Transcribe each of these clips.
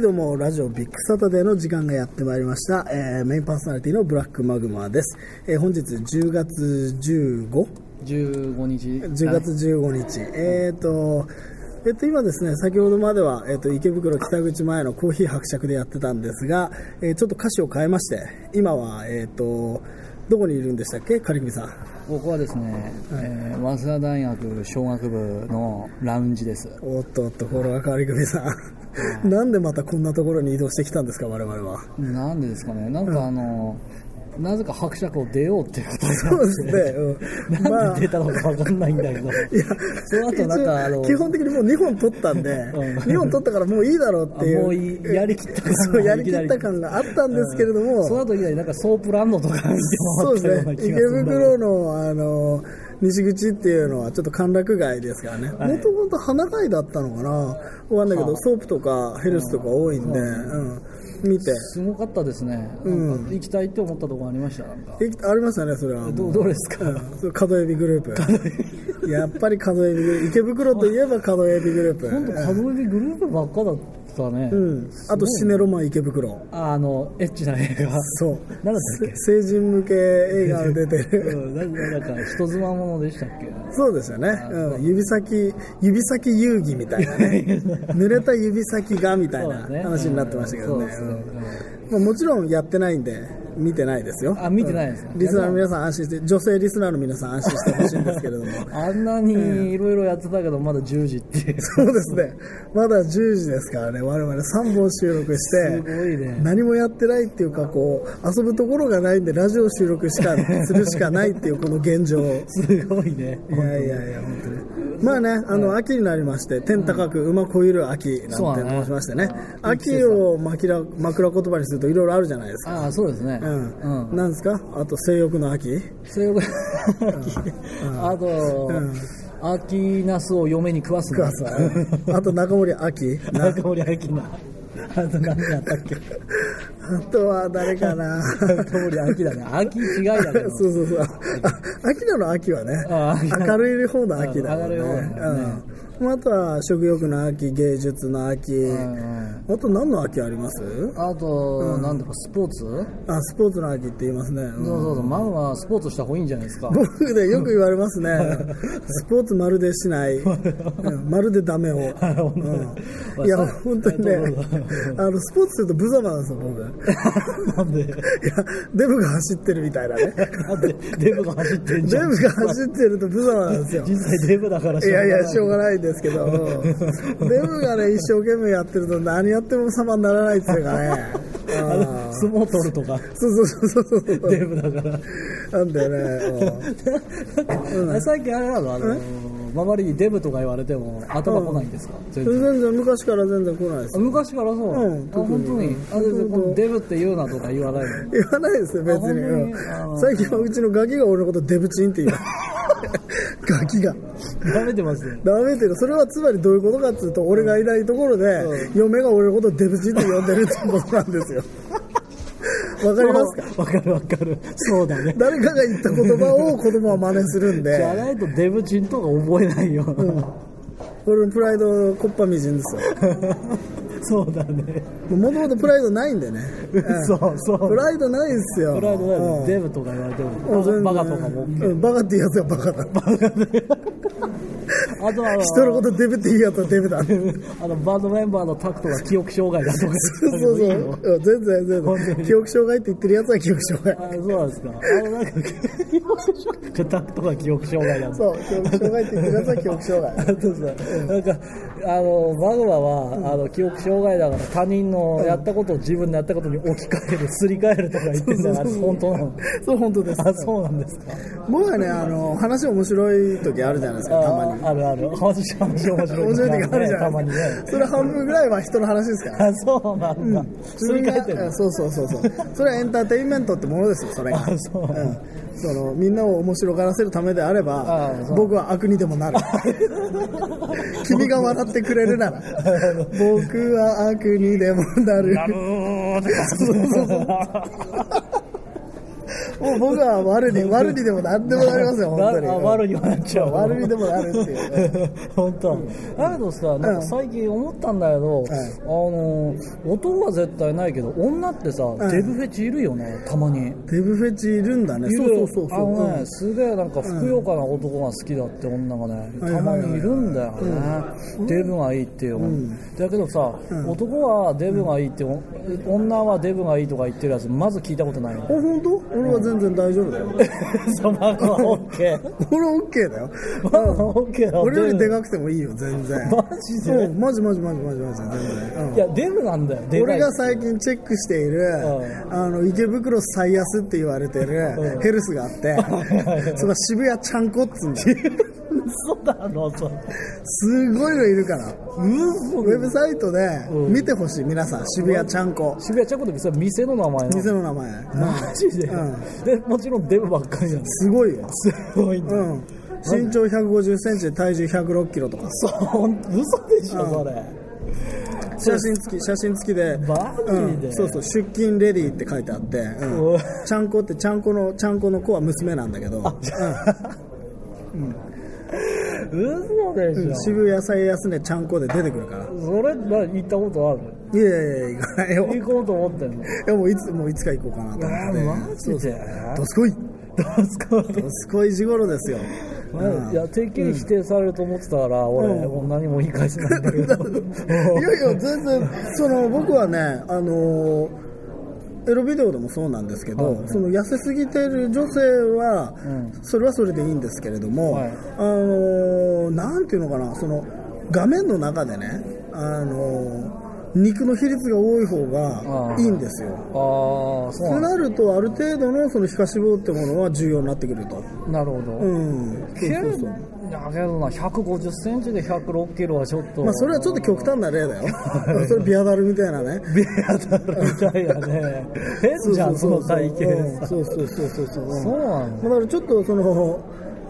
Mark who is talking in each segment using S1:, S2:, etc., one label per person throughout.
S1: ども、ラジオビッグサタデーの時間がやってまいりました。えーメインパーソナリティのブラックマグマです。えー本日10月 15?10
S2: 15日だね
S1: 月15日。えっ、と、えっ、と、今ですね、先ほどまでは、えっ、と、池袋北口前のコーヒー伯爵でやってたんですが、えーちょっと歌詞を変えまして、今は、えっ、と、どこにいるんでしたっけカリクミさん。
S2: 僕はですね、えー早稲田大学商学部のラウンジです
S1: おっとおっと、これはカリクミさん。なんでまたこんなところに移動してきたんですか、我々は。
S2: なんでですかねなんかあの、なぜか伯爵を出ようっていうことに
S1: そう
S2: な
S1: で
S2: っ
S1: す
S2: て
S1: ね。うん、
S2: なんで出たのかわかんないんだ けど、
S1: いや、
S2: その後なんかあの
S1: 一応基本的にもう2本取ったんで、
S2: うん
S1: 2本取ったからもういいだろうっていう。
S2: あもういいやりきった感が
S1: そう、やりき
S2: いきな
S1: っ
S2: り
S1: た感があったんですけれども、
S2: その後いきなりなんかソープランドとか見て
S1: そう
S2: 回
S1: で
S2: ったよう
S1: すね
S2: な、
S1: 池
S2: 気がするんだけど
S1: 袋の、あの、西口っていうのはちょっと歓楽街ですからね。
S2: い
S1: もともと花街だったのかなわかんないけど、ソープとかヘルスとか多いんで、うん、見て。
S2: すごかったですね、なんか行きたいって思ったところありましたなんか
S1: えありましたね、それは。
S2: どうどうですか
S1: そう角エビグループ。やっぱり角エビグループ。池袋といえば角エビグループ。
S2: 本当数えでグループばっかだったね、
S1: うん、あとシネロマン池袋
S2: ああのエッチな映画
S1: そう
S2: 何だったっけ
S1: 成人向け映画が出て
S2: う
S1: る
S2: ん、なんなんか人妻ものでしたっけ
S1: そうですよね、うん、指先指先遊戯みたいな ね濡れた指先がみたいな
S2: そうですね
S1: 話になってましたけどね
S2: うんそうですね
S1: うんまあもちろんやってないんで見てないですよ
S2: あ見てないですね
S1: うんリスナーの皆さん安心して女性リスナーの皆さん安心してほしいんですけれども
S2: あんなにいろいろやってたけどまだ10時っていう
S1: そうですねまだ10時ですからね我々3本収録して
S2: すごいね
S1: 何もやってないっていうかこう遊ぶところがないんでラジオ収録し かするしかないっていうこの現状い
S2: すごいね
S1: やいやいや本当にまあねあの秋になりまして天高く馬こゆる秋なん
S2: そう
S1: て
S2: だね
S1: 申しましてね秋を枕枕言葉にするといろいろあるじゃないですか
S2: ああそうですねう
S1: うん、なんですかあと性欲の 秋
S2: そういうことあと、秋ナスを嫁に食わすな
S1: あそうあと中森秋
S2: 中森明菜あと何だったっけ
S1: あとは誰かな
S2: 中森明菜ね秋違いだけ ど
S1: そうそうそう。あ秋なの秋はね
S2: あ。
S1: 明るい方の秋だもんね。
S2: うん明るい方だ
S1: うん。あとは食欲の秋、芸術の秋。
S2: うんうん
S1: あと何の秋あります
S2: あと、なんだかスポーツ、
S1: あ、スポーツの秋って言いますね。うん
S2: そうそうそうマンはスポーツした方がいいんじゃないですか
S1: 僕でよく言われ ますね。スポーツまるでしない。うんまるでダメを。うんいや、本当にね
S2: あどうぞどうぞ、
S1: あの、スポーツすると無様なんですよ、僕。
S2: なんで
S1: いや、デブが走ってるみたいなね。
S2: なんでデブが走って んじ
S1: デ
S2: ゃん
S1: ブが走ってると無様なんですよ。
S2: 実際デブだから
S1: いやいや、しょう
S2: う
S1: がないですけど、デブがね、一生懸命やってると、何やっても様にならないっていうかね、
S2: がない
S1: あー
S2: 相撲取るとか
S1: そうそうそうそうそう、
S2: デブだから
S1: なんだよね、
S2: あ最近あれなのあの周りにデブとか言われても頭来ないんですか全
S1: う
S2: 然
S1: ん全然昔から全然来ないです
S2: あ、昔からそう、
S1: うん
S2: あ本当にあ全然このデブって言うなとか言わないの
S1: 言わないですよ、別に、
S2: あ本当にあ
S1: う
S2: の
S1: ん、最近はうちのガキが俺のこと、デブチンって言う、ガキが。
S2: ダメてますね
S1: ダメっていうか、それはつまりどういうことかっていうと、俺がいないところで、嫁が俺のことをデブチンって呼んでるってことなんですよ。 わかりますか
S2: わかるわかるそうだね
S1: 誰かが言った言葉を子供は真似するん
S2: じゃ
S1: で、
S2: ないとデブチンとか覚えないよ、
S1: 俺のプライドこっぱみじんですよ。
S2: そうだね
S1: もともとプライドないん でね。
S2: 嘘そう
S1: プライドないですよ。
S2: プライドだよ
S1: うん
S2: ねデブとか言われて
S1: もう全
S2: も
S1: 然
S2: バカバカとかも OK
S1: うんバカって言うやつはバカだ。
S2: あとはあ の
S1: 人のことデブって言うやつはデブだ。
S2: あのバンドメンバーのタクトが記憶障害だとか
S1: そうそう
S2: 言ってたけどいい
S1: そ
S2: の
S1: う。うん全然
S2: 本当
S1: 全然。
S2: に
S1: 記憶障害って言ってるやつは記憶障害。
S2: あそうなんですかあのなんか記憶障害タクトが記憶障害だと
S1: そう、記憶障害って言ってるやつは記憶障
S2: あ
S1: 害。
S2: とさなんかあのマグマはあの記憶障害だから他人のやったことを自分のやったことに置き換えるすり替えるとか言ってんだからあれ本当なの
S1: そう、本当です。
S2: あそうなんですか
S1: 僕はね、あの、話面白い時あるじゃないですか、たまに。
S2: ああるある話話面白い
S1: 面白い時あるじゃ
S2: た
S1: な
S2: ま
S1: い
S2: に
S1: で
S2: ね
S1: すか。それ半分ぐらいは人の話ですから。
S2: あそうなんだ、すり替えてる
S1: うんそうそうそうそう。それはエンターテインメントってものですよ、それが。
S2: あそうなんだ
S1: んそのみんなを面白がらせるためであれば
S2: あそう
S1: 僕は悪にでもな る君が笑ってくれるなら僕は悪にでもなる
S2: なるーって
S1: もう僕は悪 に、悪にでも何でもなりますよ、 本当に。
S2: あ悪にはなっちゃう
S1: 悪にでもなるっていうね。
S2: 本当、だけどさなんか最近思ったんだけど、あの男は絶対ないけど女ってさ、
S1: ん
S2: デブフェチいるよねたまに
S1: デブフェチいるんだね。
S2: い
S1: そう
S2: る
S1: そ
S2: よ
S1: うそうそ
S2: あ
S1: う。
S2: のねすげえなんかふくよかな男が好きだって女がね、
S1: はい
S2: た
S1: は
S2: ま
S1: いはい
S2: にいるんだよね、デブがいいっていう、だけどさ、
S1: ん
S2: 男はデブがいいって、女はデブがいいとか言ってるやつまず聞いたことないよ
S1: うん、あ、本当？俺は全然大丈夫だよ。
S2: そのまま OK
S1: 俺オッケー だよ。
S2: まだ OK だ
S1: 俺よりでかくてもいいよ、全然。
S2: マジで
S1: うんマジマジマジマジマジ、全然。うん
S2: いやデブなんだよでか
S1: 俺
S2: い
S1: が最近チェックしている、
S2: う
S1: あの池袋最安って言われてるヘルスがあ って、その渋谷ちゃんこっつうんだよ
S2: 嘘だろそれ
S1: すごいのいるから
S2: 嘘
S1: ウェブサイトで見てほしい皆さん渋谷ちゃんこ
S2: 渋谷ちゃんこでそれ店の名前な
S1: 店
S2: の
S1: の名前うん
S2: マジで、
S1: うん
S2: でもちろんデブばっかりなの
S1: すごいよ、
S2: すごいんだ、
S1: うん、身長1 5 0センチで体重1 0 6キロとか
S2: そうほん嘘でしょ、それ
S1: 写真付き写真付きで
S2: マジで
S1: うん、そうそう出勤レディーって書いてあって、う、
S2: うん
S1: ちゃんこってちゃんこのちゃんこの子は娘なんだけど、
S2: 嘘でし
S1: うん、
S2: ょ、
S1: 渋谷最安値ちゃんこで出てくるから
S2: それな行ったことある
S1: いやいやいや、行かないよ。
S2: 行こうと思ってんの
S1: いやもういつ、もういつか行こうかなと思って。
S2: うわマジで
S1: そうそうどすこい
S2: どうすか
S1: どすこい時頃ですよ。うん
S2: いやてっきり否定されると思ってたから、俺、もう何も言い返せないんだけど
S1: いやいや、全然、その、僕はね、あのーエロビデオでもそうなんですけど、
S2: はい
S1: その痩せすぎてる女性は、それはそれでいいんですけれども、
S2: はい
S1: あのーなんていうのかな、その画面の中でね、あのー肉の比率が多い方がいいんですよ。
S2: ああそう
S1: と
S2: なんだ
S1: なるとある程度のその皮下脂肪ってものは重要になってくると、
S2: なるほど、
S1: うん、
S2: けどだけどな150センチで106キロはちょっと、
S1: まあ、それはちょっと極端な例だよ それビアダルみたいなね
S2: ビアだろみたいなね変じゃんその体型
S1: そうそうそうそうそううん
S2: そうなの
S1: だからちょっとその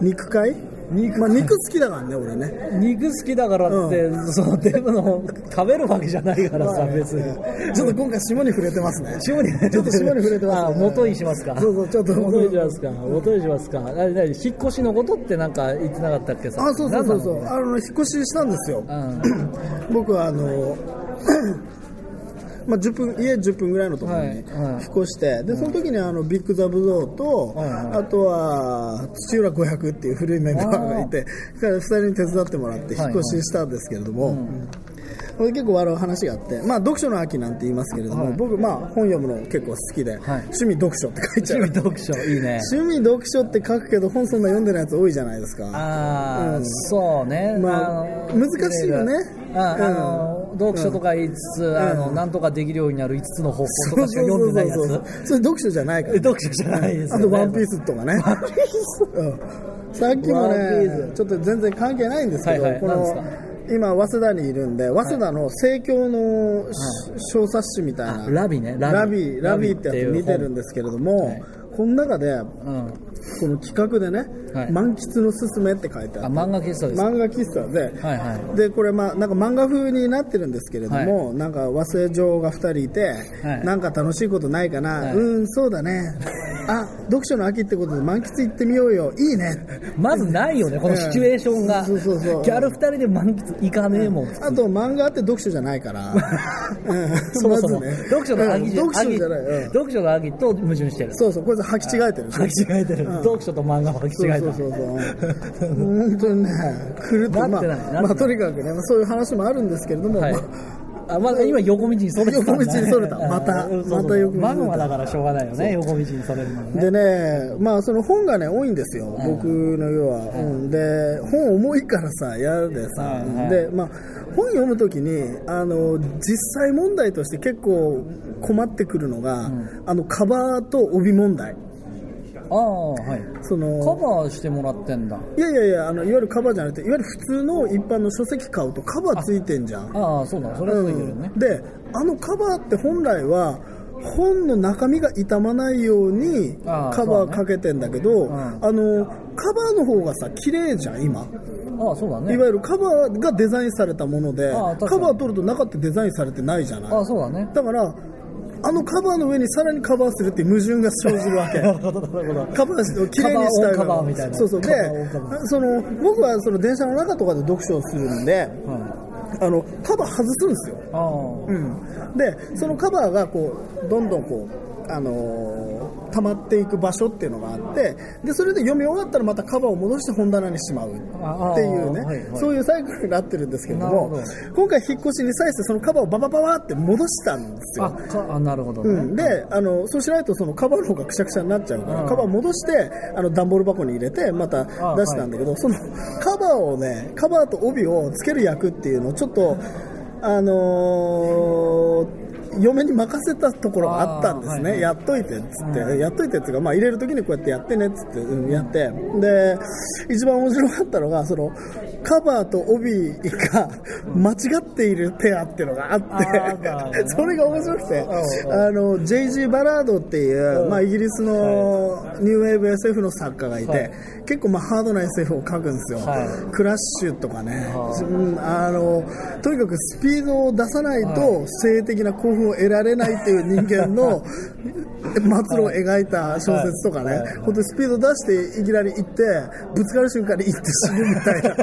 S1: 肉界
S2: 肉
S1: まあ、肉好きだからね俺ね
S2: 肉好きだからって、そのデブの食べるわけじゃないからさ別に
S1: ちょっと今回霜に触れてますね
S2: 霜に
S1: ちょっと霜に触れてます
S2: あ元にしますか
S1: そうそうちょっと
S2: 元にしますか元にしますか何何引っ越しのことってなんか言ってなかったっけさ
S1: あそうそうそうそ
S2: な
S1: うん
S2: な
S1: あの引っ越ししたんですよ
S2: の
S1: 僕はあのまあ10分家10分ぐらいのところに
S2: はい
S1: 引
S2: は
S1: っ
S2: い
S1: 越して、でその時にあのビッグザブゾーと、
S2: はいはい
S1: あとは土浦500っていう古いメンバーがいて彼2人に手伝ってもらって引っ越ししたんですけれども、これ結構笑う話があって、まあ、読書の秋なんて言いますけれども、
S2: はい
S1: 僕、まあ、本読むの結構好きで、趣味読書って書いちゃ
S2: うん
S1: う
S2: 趣味読書いいね
S1: 趣味読書って書くけど本そんな読んでないやつ多いじゃないですか
S2: ああ、
S1: うん
S2: そうね、
S1: まあ
S2: の
S1: 難しいよね
S2: ああの、読書とか言いつつ、あのなんとかできるようになる5つの方法とかしか読んでないや
S1: そうそうそうそうそれ読書じゃないから
S2: つ読書じゃないですよ、
S1: あ
S2: ね、
S1: と「ワンピースとかね。うんさっきも
S2: ワンピー
S1: ね、ちょっと全然関係ないんですけど、
S2: はいはい
S1: こ
S2: 何で
S1: の
S2: すか
S1: 今、早稲田にいるんで、早稲田の政教の小冊子みたいな、
S2: ラビね
S1: ラ
S2: ラビ
S1: ビラビってやつ見てるん
S2: だ
S1: ですけれども、
S2: はい
S1: この中で、
S2: うん
S1: この企画でね、
S2: はい
S1: 満喫のすすめって書いて
S2: あ
S1: ある、
S2: 漫画喫茶ですか
S1: 漫画喫茶で、
S2: はいは
S1: でこれ、まあ、なんか漫画風になってるんですけれども、なんか和製嬢が2人いて、
S2: はい
S1: なんか楽しいことないかな、
S2: いう
S1: ーん、そうだね、あ読書の秋ってことで満喫行ってみようよ、いいね、
S2: まずないよねこのシチュエーションが、
S1: そうそうそう
S2: ギャル2人で満喫行かねえもん、
S1: あと漫画って読書じゃない から、うん
S2: そもそ
S1: ま
S2: も、
S1: ずね
S2: 読書の秋じゃ,、
S1: うん読書じゃない、うん
S2: 読書の秋と矛盾してる
S1: そうそう、これ履き違えてる
S2: 履き違えてる、読書と漫画は履き違えた
S1: そうそうそうそう 本当にね、狂って、ま
S2: な
S1: あ
S2: ってないなってな
S1: ま
S2: い
S1: あ、とにかくね、まあそういう話もあるんですけれども、
S2: はい
S1: まあ、
S2: あまだ今横道にそれたんだ
S1: 横道にそれたまた
S2: あーそうそう
S1: また横道にそれた
S2: マグマだからしょうがないよね横道にそれるのね
S1: でね、まあ、その本がね、多いんですよ、僕の要は、うんで、本重いからさ、嫌でさ、
S2: はいはい
S1: で、まあ、本読むときにあの、実際問題として結構困ってくるのが、あのカバーと帯問題。
S2: ああはい
S1: そ
S2: カ
S1: の
S2: バーしてもらってんだ
S1: いやいやいやあの、いわゆるカバーじゃなくて、いわゆる普通の一般の書籍買うとカバーついてんじゃん。
S2: ああそうだそれはそうだけどね、
S1: であのカバーって本来は本の中身が傷まないように
S2: あー
S1: カバーかけてんだけど
S2: だね
S1: あのカバーの方がさ綺麗じゃん今
S2: ああそうだ
S1: い
S2: ね
S1: わゆるカバーがデザインされたもので
S2: あー確かに
S1: カバー取ると中ってデザインされてないじゃない
S2: ああそうだね
S1: だからあのカバーの上にさらにカバーするっていう矛盾が生じる わけ
S2: なるほど、なるほど。
S1: カバーをきれいにしたいの
S2: カバーオンカバーみたいな
S1: そうそうで
S2: カバーオンカバー
S1: その僕はその電車の中とかで読書をするんであのカバー外すんですよ、
S2: ああ。
S1: うん、でそのカバーがこうどんどんこう、あのー溜まっていく場所っていうのがあってでそれで読み終わったらまたカバーを戻して本棚にしまうって
S2: ああ
S1: いうね、
S2: はいはい
S1: そういうサイクルになってるんですけれども
S2: なる
S1: 今回引っ越しに際してそのカバーをババババって戻したんですよ
S2: あ、かあなるほどね。
S1: うん、であのそうしないとそのカバーの方がくしゃくしゃになっちゃうから、
S2: うん
S1: カバー戻してあの段ボール箱に入れてまた出したんだけど、そのカバーをねカバーと帯をつける役っていうのをちょっとあのー嫁に任せたところがあったんですね、
S2: あーはいはい
S1: やっといてっつって、やっといてっていうか、まあ、入れるときにこうやってやってねっつって、うん、やってで一番面白かったのがそのカバーと帯が 間違っているペアっていうのがあって
S2: あーなるほど ね
S1: それが面白くて、
S2: うんうん
S1: あの J.G. バラードっていう、
S2: うん
S1: まあ、イギリスのニューウェーブ SF の作家がいて、
S2: はい
S1: 結構まあハードな SF を書くんですよ、
S2: はい
S1: クラッシュとかね、
S2: はい
S1: うんあのとにかくスピードを出さないと性的な興奮を得られないっていう人間 の末路を描いた小説とかね、
S2: はいはい
S1: 本当にスピード出していきなり行ってぶつかる瞬間に行って死ぬみたい な。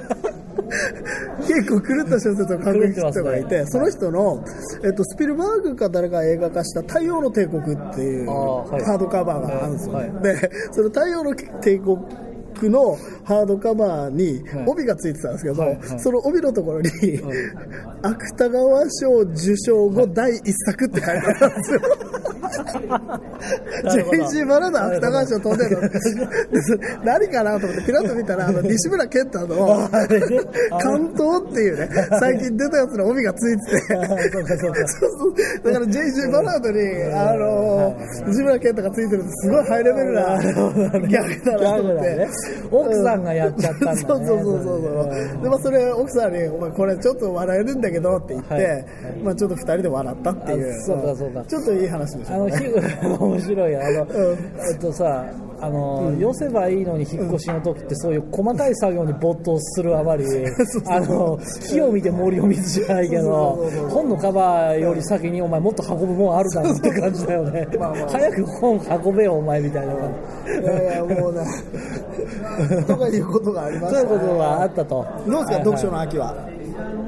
S1: 結構狂った小説を書く人がいて、
S2: 狂ってますね
S1: その人の、えっと、スピルバーグか誰かが映画化した「太陽の帝国」っていう
S2: あーはい
S1: ハードカバーがあるんですよ、ね
S2: は
S1: でその「太陽の帝国」のハードカバーに
S2: はい
S1: 帯がついてたんですけど、
S2: はいはい
S1: その帯のところに、芥川賞受賞後第一作って書いてあったん ですよ。
S2: なるほど
S1: JG バラの芥川賞飛んで るの何かなと思ってピラッと見たらあの西村健太の
S2: あれねあれ
S1: 関東って いうね最近出たやつの帯がついてて
S2: あ そうかそうか
S1: そうそうだから JG バラードにあの西村健太がついてるってすごいハイレベルなギャグだなと思っ
S2: ギャグだ
S1: て
S2: ね奥さんがやっちゃったんだね
S1: そうそうそうそうそうでまあそれ奥さんに「お前これちょっと笑えるんだけど」って言って、
S2: はい
S1: まあちょっと二人で笑ったっていう
S2: あそうかそうか
S1: ちょっといい話でし
S2: あ
S1: ょ
S2: の、ひ面白い。あの、
S1: うん
S2: えっとさ、あの、寄せばいいのに引っ越しの時って、そういう細かい作業に没頭する あまり、あの、火を見て森を見ずじゃないけど
S1: そうそうそうそう、
S2: 本のカバーより先にお前もっと運ぶもんあるだろって感じだよね。早く本運べよ、お前みたいな。
S1: いやいやもうね とかいうことがありま
S2: そ
S1: し
S2: うい
S1: た
S2: うことがあったと。
S1: どうですか、読書
S2: の
S1: の秋は。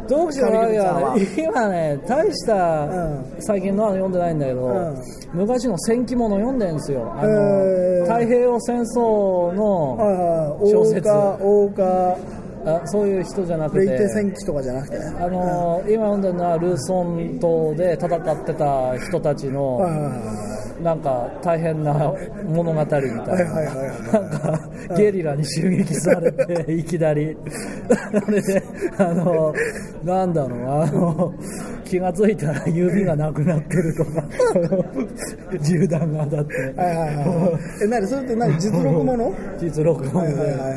S2: 読書の秋はね、今ね、大した
S1: う
S2: 最近のは読んでないんだけど、
S1: うん
S2: 昔の戦記もの読んでるんですよ。あの
S1: へー
S2: 太平洋戦争の、
S1: 小
S2: 小
S1: 説
S2: 説
S1: 大岡、
S2: あそういう人じゃなく
S1: レイテ
S2: て、
S1: 戦記とかじゃなくて。
S2: あの今読んでるのはルーソン島で戦ってた人たちの、
S1: はいはいはい
S2: なんか大変な物語みたいな。
S1: はいはいはいはい
S2: なんか、ゲリラに襲撃されて、いきなり。それで、あの、なんだろう、あの、気がついたら指がなくなってるとか、 あの銃弾が当たって。
S1: はいはいはい。え、なに、それって何、実録もの。
S2: 実録音
S1: はい
S2: で
S1: はいはいはい、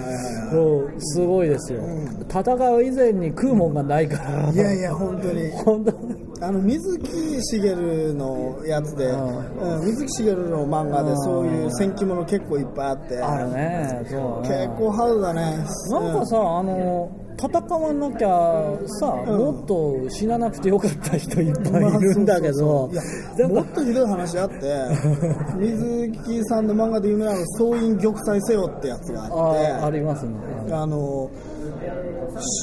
S2: そうすごいですよ、戦う以前に食うもんがないから、
S1: いやいや、本当に。
S2: 本当
S1: あの水木しげるのやつで、
S2: うん
S1: うん水木しげるの漫画で、
S2: ん
S1: そういう戦記もの結構いっぱいあって。
S2: あるね、そうね
S1: 結構ハードだね。
S2: なんかさ、あの戦わなきゃさ、もっと死ななくてよかった人いっぱいいるんだけど、
S1: まあそうそうそうい
S2: で
S1: やも
S2: も
S1: っとひどい話あ って水木さんの漫画で有名なの「総員玉砕せよ」ってやつがあって
S2: あありますね。
S1: あの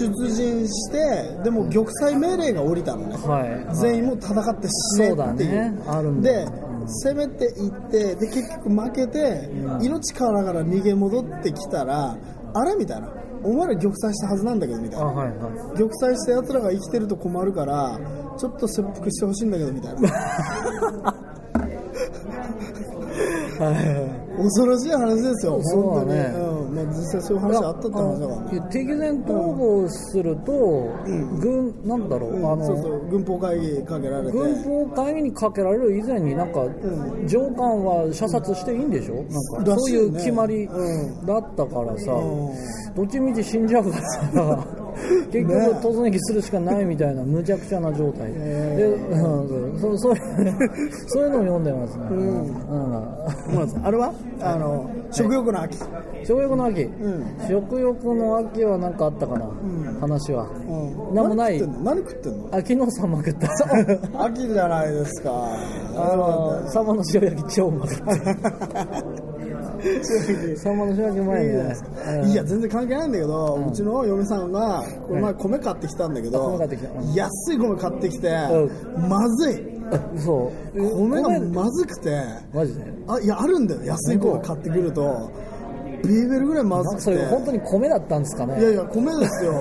S1: 出陣してでも玉砕命令が降りたのね、
S2: はい
S1: 全員もう戦って死ね
S2: そうだ
S1: っ
S2: ね
S1: ていう
S2: あるんだ
S1: で攻めていってで結局負けて、命からがら逃げ戻ってきたらあれみたいなお前ら玉砕したはずなんだけどみたい
S2: あ
S1: な
S2: はいは
S1: 玉砕した奴らが生きてると困るからちょっと切腹してほしいんだけどみたいな
S2: いはい
S1: 恐ろしい話ですよ
S2: そう
S1: 本当
S2: だ
S1: に、
S2: ね
S1: うんまあ、実際そういう話あったって話だからね
S2: 敵前逃亡すると、軍なんだろう、
S1: うん
S2: あの
S1: そうそう軍法会議かけられて
S2: 軍法会議にかけられる以前になんか、
S1: ん
S2: 上官は射殺していいんでしょ、なん
S1: ら
S2: か
S1: し
S2: そう
S1: い
S2: い
S1: ね
S2: う決まり
S1: うん
S2: だったからさ、
S1: うん
S2: どっちみち死んじゃうからさ結局
S1: ね
S2: 突撃するしかないみたいな無茶苦茶な状態で、うん、そうそうそういうそういうのを読んでますね、うん
S1: そうなんですあれはあの食欲の秋
S2: 食欲の秋、
S1: ん
S2: 食欲の秋は何かあったかな、話は、
S1: うん
S2: なんもない
S1: 何食ってんの
S2: 秋のサンマ食った
S1: 何食ってんの秋じゃないですか
S2: あのサンマの塩焼き超うまかったサンマの塩焼きうまい
S1: いいじゃない
S2: ね
S1: ですかいや全然関係ないんだけど、うちの嫁さんがこの前米買ってきたんだけ
S2: あ
S1: ど、
S2: 米買ってきたうん
S1: 安い米買ってきて、
S2: う
S1: まずい
S2: うん嘘
S1: 米が
S2: 米
S1: まずくて
S2: マジで
S1: あいやあるんだよ安い米買ってくるとビーベルぐらいまずく
S2: そ
S1: て
S2: れ本当に米だったんですかね
S1: いやいや米ですよ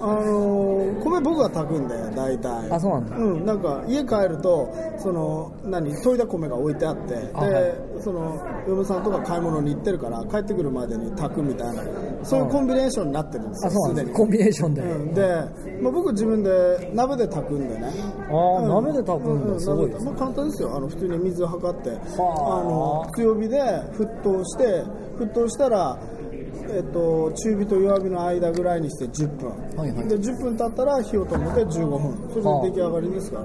S1: あのー米僕が炊くんだよ大体
S2: あそうなんだ
S1: うんなんか家帰るとその何研いだ米が置いてあってで、
S2: あはい
S1: その嫁さんとか買い物に行ってるから帰ってくるまでに炊くみたいなそういうコンビネーションになってるんです
S2: あ
S1: よ
S2: そ
S1: す
S2: うな
S1: で
S2: んで
S1: に
S2: すコンビネーションで、
S1: うん、で、まあ、僕自分で鍋で炊くんでね
S2: ああ、鍋で炊くんだ、すごいです
S1: まあ、簡単ですよあの普通に水を測ってあ
S2: はあ
S1: の強火で沸騰して沸騰したら、えっと、中火と弱火の間ぐらいにして10分、
S2: はいはい
S1: で10分経ったら火を止めて15分それ
S2: はあ
S1: で出来上がりですから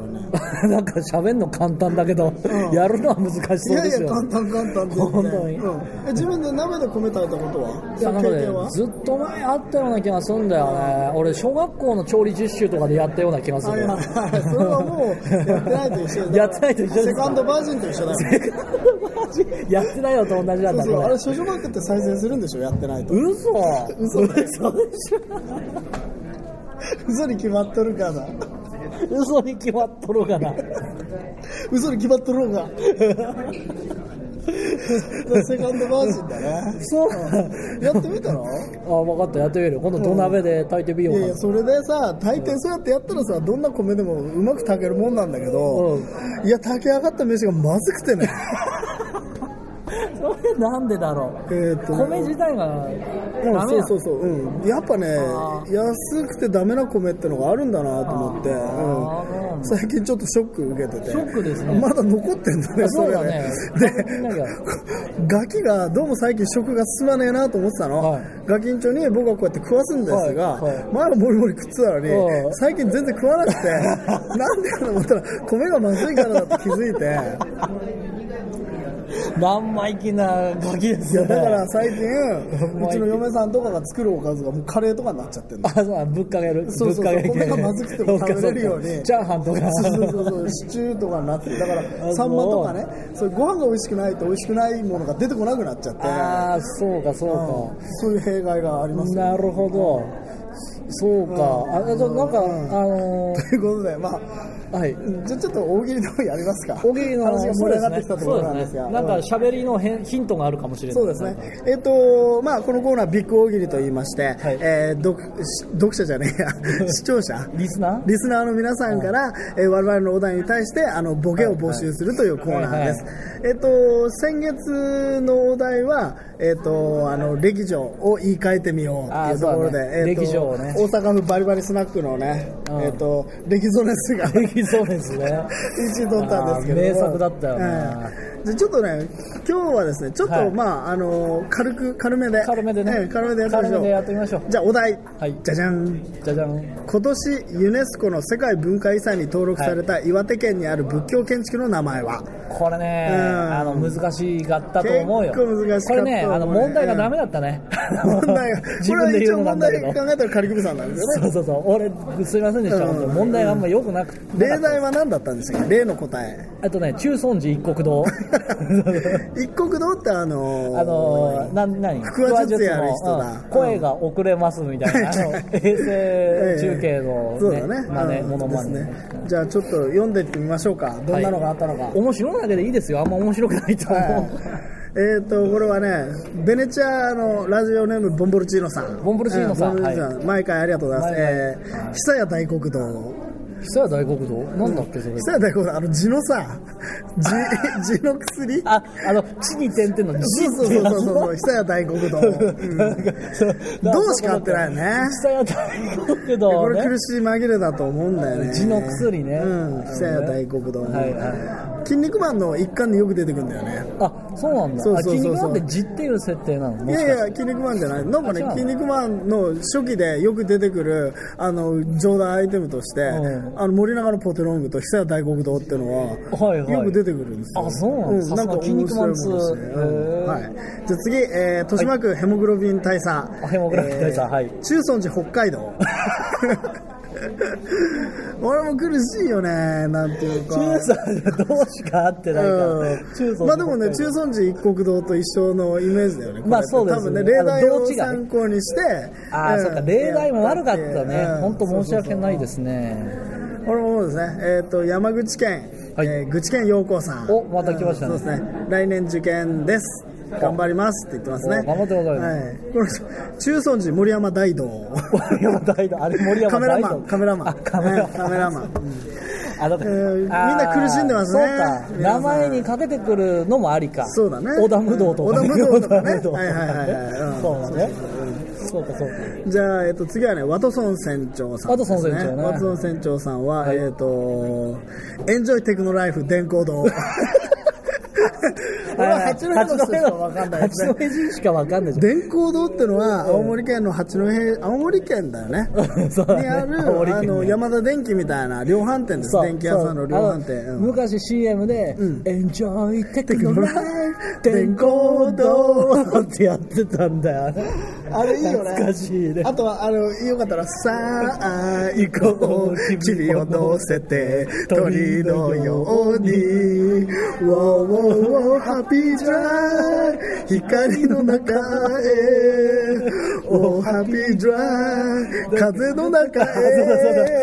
S1: ね
S2: なんか喋るの簡単だけど、やるのは難し
S1: い
S2: そう
S1: や
S2: で
S1: い
S2: す
S1: や
S2: よ
S1: 簡
S2: ね
S1: 単簡単全然
S2: 本当に
S1: うん、え自分で鍋で米炊いたことはい
S2: や
S1: そ
S2: な
S1: の
S2: んか
S1: 経
S2: ね
S1: 験は
S2: ずっと前あったような気がするんだよね俺小学校の調理実習とかでやったような気がす
S1: はい
S2: る
S1: はいはいそれはもうやってないと一緒だ
S2: やってないと一緒です
S1: セカンドバージンと一緒だよ
S2: やってないよと同じな
S1: そ
S2: ん
S1: う
S2: だ
S1: そうあ
S2: こ
S1: れ
S2: れ
S1: 処女膜って再生するんでしょやってないと
S2: 嘘嘘でしょ
S1: 嘘に決まっとるかな
S2: 嘘に決まっとるかな
S1: 嘘に決まっとろうがセカンドバージンだね
S2: そう
S1: やってみたの
S2: あ分かったやってみるよ今度土鍋で炊いてみよ
S1: いうや
S2: か
S1: いやそれでさ大抵そうやってやったらさどんな米でもうまく炊けるもんなんだけど、
S2: う
S1: いや炊き上がった飯がまずくてね
S2: それなんでだろう、
S1: えーっと
S2: 米自体が
S1: うん
S2: ダメ
S1: そう
S2: な
S1: そうそう、うん、やっぱね
S2: あ
S1: 安くてダメな米ってのがあるんだなと思って、
S2: あー
S1: うん、最近ちょっとショック受けてて
S2: ショックですね
S1: まだ残ってんだね
S2: あそうだ
S1: れ
S2: ね食べてみなきゃ
S1: ガキがどうも最近食が進まねえなと思ってたの、
S2: はい
S1: ガキンチョに僕はこうやって食わすんですが、
S2: はいはい
S1: 前はもりもり食ってたのに、
S2: うん
S1: 最近全然食わな くてなんでかと思ったら米がまずいからだって気づいて。
S2: 生意気なガキです
S1: いや
S2: よね
S1: だから最近
S2: うまいう
S1: ちの嫁さんとかが作るおかずがもうカレーとかになっちゃってるの
S2: あそうだぶっかける
S1: そうそうそう
S2: ぶっかけ
S1: 米がまずくても食べれるように
S2: そかそかチャーハンとか
S1: そうそうそうそうシチューとかになってだから
S2: あ
S1: サンマとか
S2: そ
S1: ねそういうご飯が美味しくないと美味しくないものが出てこなくなっちゃって
S2: ああそうかそう
S1: うんそういう弊害があり
S2: か、
S1: ますね
S2: なるほどそうか、あじゃあなんか、あの
S1: ということでまあ
S2: ーはい
S1: じゃあちょっと大喜利の方やりますか
S2: 大喜利の
S1: 話が盛り上がってき
S2: そ
S1: た
S2: う
S1: と
S2: で
S1: ころ
S2: す
S1: なん
S2: ね
S1: ですが
S2: なんか
S1: うん
S2: 喋りのへんヒントがあるかもしれない
S1: そうです
S2: なんか
S1: ね。えっ、と、まあ、このコーナー、ビッグ大喜利と言いまして、
S2: い
S1: えー読し読者じゃね えや、視聴者
S2: リスナー
S1: リスナーの皆さんから、えー我々のお題に対してあのボケを募集するというコーナーです。えっ、と先月のお題はえっ、とあの歴女を言い換えてみようって
S2: あ
S1: い
S2: ー
S1: うところで、
S2: そうだね
S1: えっ、と
S2: 歴女をね
S1: 大阪府バリバリスナックのね、
S2: うん
S1: えっ、と歴ゾネスが
S2: できそうですね
S1: 一位取ったんですけども
S2: あー名作だったよね
S1: ええじゃあちょっとね今日はですねちょっと、
S2: はい
S1: まああの軽く軽めで
S2: 軽めでね
S1: ええ軽めでやってみましょ
S2: 軽めでやってみましょ
S1: う
S2: う
S1: じゃあお題、
S2: はい
S1: じゃじゃん
S2: じゃじゃん
S1: 今年ユネスコの世界文化遺産に登録された岩手県にある仏教建築の名前は、
S2: これね、
S1: うん
S2: あの難しかったと思うよ
S1: 結構難しかった
S2: これねあの
S1: 思うね
S2: 問題がダメだったね、
S1: 問題が
S2: 自
S1: これは
S2: 分
S1: 一
S2: で言う
S1: 応
S2: のな
S1: 問
S2: んだ
S1: 題
S2: け
S1: 考え
S2: ど
S1: たらカリクブさんなんですよ
S2: そ
S1: ね
S2: うそうそう俺すいませんでした、
S1: うん
S2: 本当問題があんま良くなくなか
S1: 例
S2: った
S1: 題は何だったんでしたっけ例の答 え
S2: あとね中尊寺一国 堂
S1: 一国堂ってあのー
S2: あのー、なん何
S1: 腹話術やる人だ
S2: 腹話術のうん声が遅れますみたいな、あの衛星 中継
S1: そう
S2: の、ね
S1: だね
S2: まね
S1: うん
S2: ものまね
S1: ですねじゃあちょっと読んでいってみましょうかどんなのがあったのか、
S2: 面白いだけでいいですよあんま面白くないと思う、
S1: えっ、とこれはねベネチアのラジオネームボンボルチーノさん
S2: ボンボルチーノさん
S1: うボルチーノ毎回ありがとうございます、
S2: 毎回
S1: えー久屋大黒堂
S2: 久屋大黒堂なんだっけそれ、
S1: 久屋大黒堂あの地の さ地地の薬
S2: ああの地に点々の地
S1: そうそう
S2: って
S1: そう
S2: や
S1: そう
S2: つ
S1: そう久屋大黒 堂、うん
S2: ど
S1: どうしか合ってないよね
S2: 久屋大黒堂、ね、
S1: これ苦しい紛れだと思うんだよね
S2: 地の薬ね
S1: うん久屋大黒堂、
S2: はいはい
S1: 筋肉マンの一環でよく出てくるんだよね
S2: あそうなんだ
S1: そう
S2: あ
S1: そう
S2: 筋
S1: そう
S2: 肉
S1: そう
S2: マンって字っていう設定なの
S1: い
S2: もしか
S1: や
S2: し
S1: い
S2: て
S1: や、筋肉マンじゃない。なんかね
S2: あ違う、の
S1: 筋肉マンの初期でよく出てくる、あの、冗談アイテムとして、
S2: う
S1: あの、森永のポテロングと久屋大黒堂っていうのは、
S2: はいはい
S1: よく出てくるんですよ。
S2: あそうなんださすが筋肉マンツー
S1: 面白いもんですねうん
S2: へー
S1: はい。じゃあ次、えー、豊島区ヘモグロビン大佐。
S2: あヘモグロビン大佐はい
S1: 中尊寺北海 道。 俺も苦しいよね、なんていうか。
S2: 中さんがどうしか合ってないから中さん
S1: まあでもね、中尊寺一国堂と一緒のイメージだよね。これって
S2: まあそうです
S1: 多
S2: ね
S1: 分ね、例
S2: あの
S1: 題
S2: 同
S1: を
S2: 地がね
S1: 参考にして。
S2: ああ
S1: うん
S2: そっか例題も悪かったね
S1: うん
S2: 本当申し訳ない
S1: そうそうそう
S2: ですね
S1: これもそうですね。えっ、と、山口県、
S2: はい
S1: えー、愚痴県陽光さん。
S2: おまた来ましたね
S1: うんそうですね。来年受験です。頑張りますって言ってますね。
S2: お頑張ってください
S1: はい。これ、中尊寺森山大道。
S2: 森山大道あれ森山
S1: カメラ
S2: 大
S1: マ
S2: 道
S1: ン、カメラマン。
S2: あカメラ
S1: うんカメラマン。うん
S2: あだって
S1: えーみんな苦しんでますね
S2: あーそうか
S1: 皆さ
S2: 名
S1: ん
S2: 前にかけてくるのもありか
S1: そうだね
S2: 織田無道とか
S1: 織田無道とかね
S2: 織田無道とかね
S1: はいはいはいはいうん
S2: そうだねそうかそうか
S1: じゃあ、えっと、次はね、ワトソン船長さん、です
S2: ワトソン船長ね
S1: ワトソン船長さんは、
S2: はい
S1: えっと、エンジョイテクノライフ電光 堂。これは八戸の人しかわかんないですね
S2: 八。戸人しかわかんないじゃん
S1: 電光堂ってのは、青森県の八戸、青森県だよね。
S2: そうだね
S1: にある、
S2: 青森
S1: あ
S2: 県ね
S1: の、山田電機みたいな量販店です。
S2: そう
S1: 電気屋さんの量販店。
S2: そうあの
S1: うん
S2: 昔 CM で
S1: うん
S2: 「エンジョイテク ノライフ
S1: テクノ
S2: 電光
S1: ライ
S2: 堂」ってやってたんだよあれ
S1: あれいいよね。
S2: 懐かしいね
S1: あとは、あの、よかったら、さあ、行こう。君を乗せて、鳥のように。ウォーウォーウォー、ハッピーじゃイ光の中へ。おー、ハッピーじゃイ風の中へ。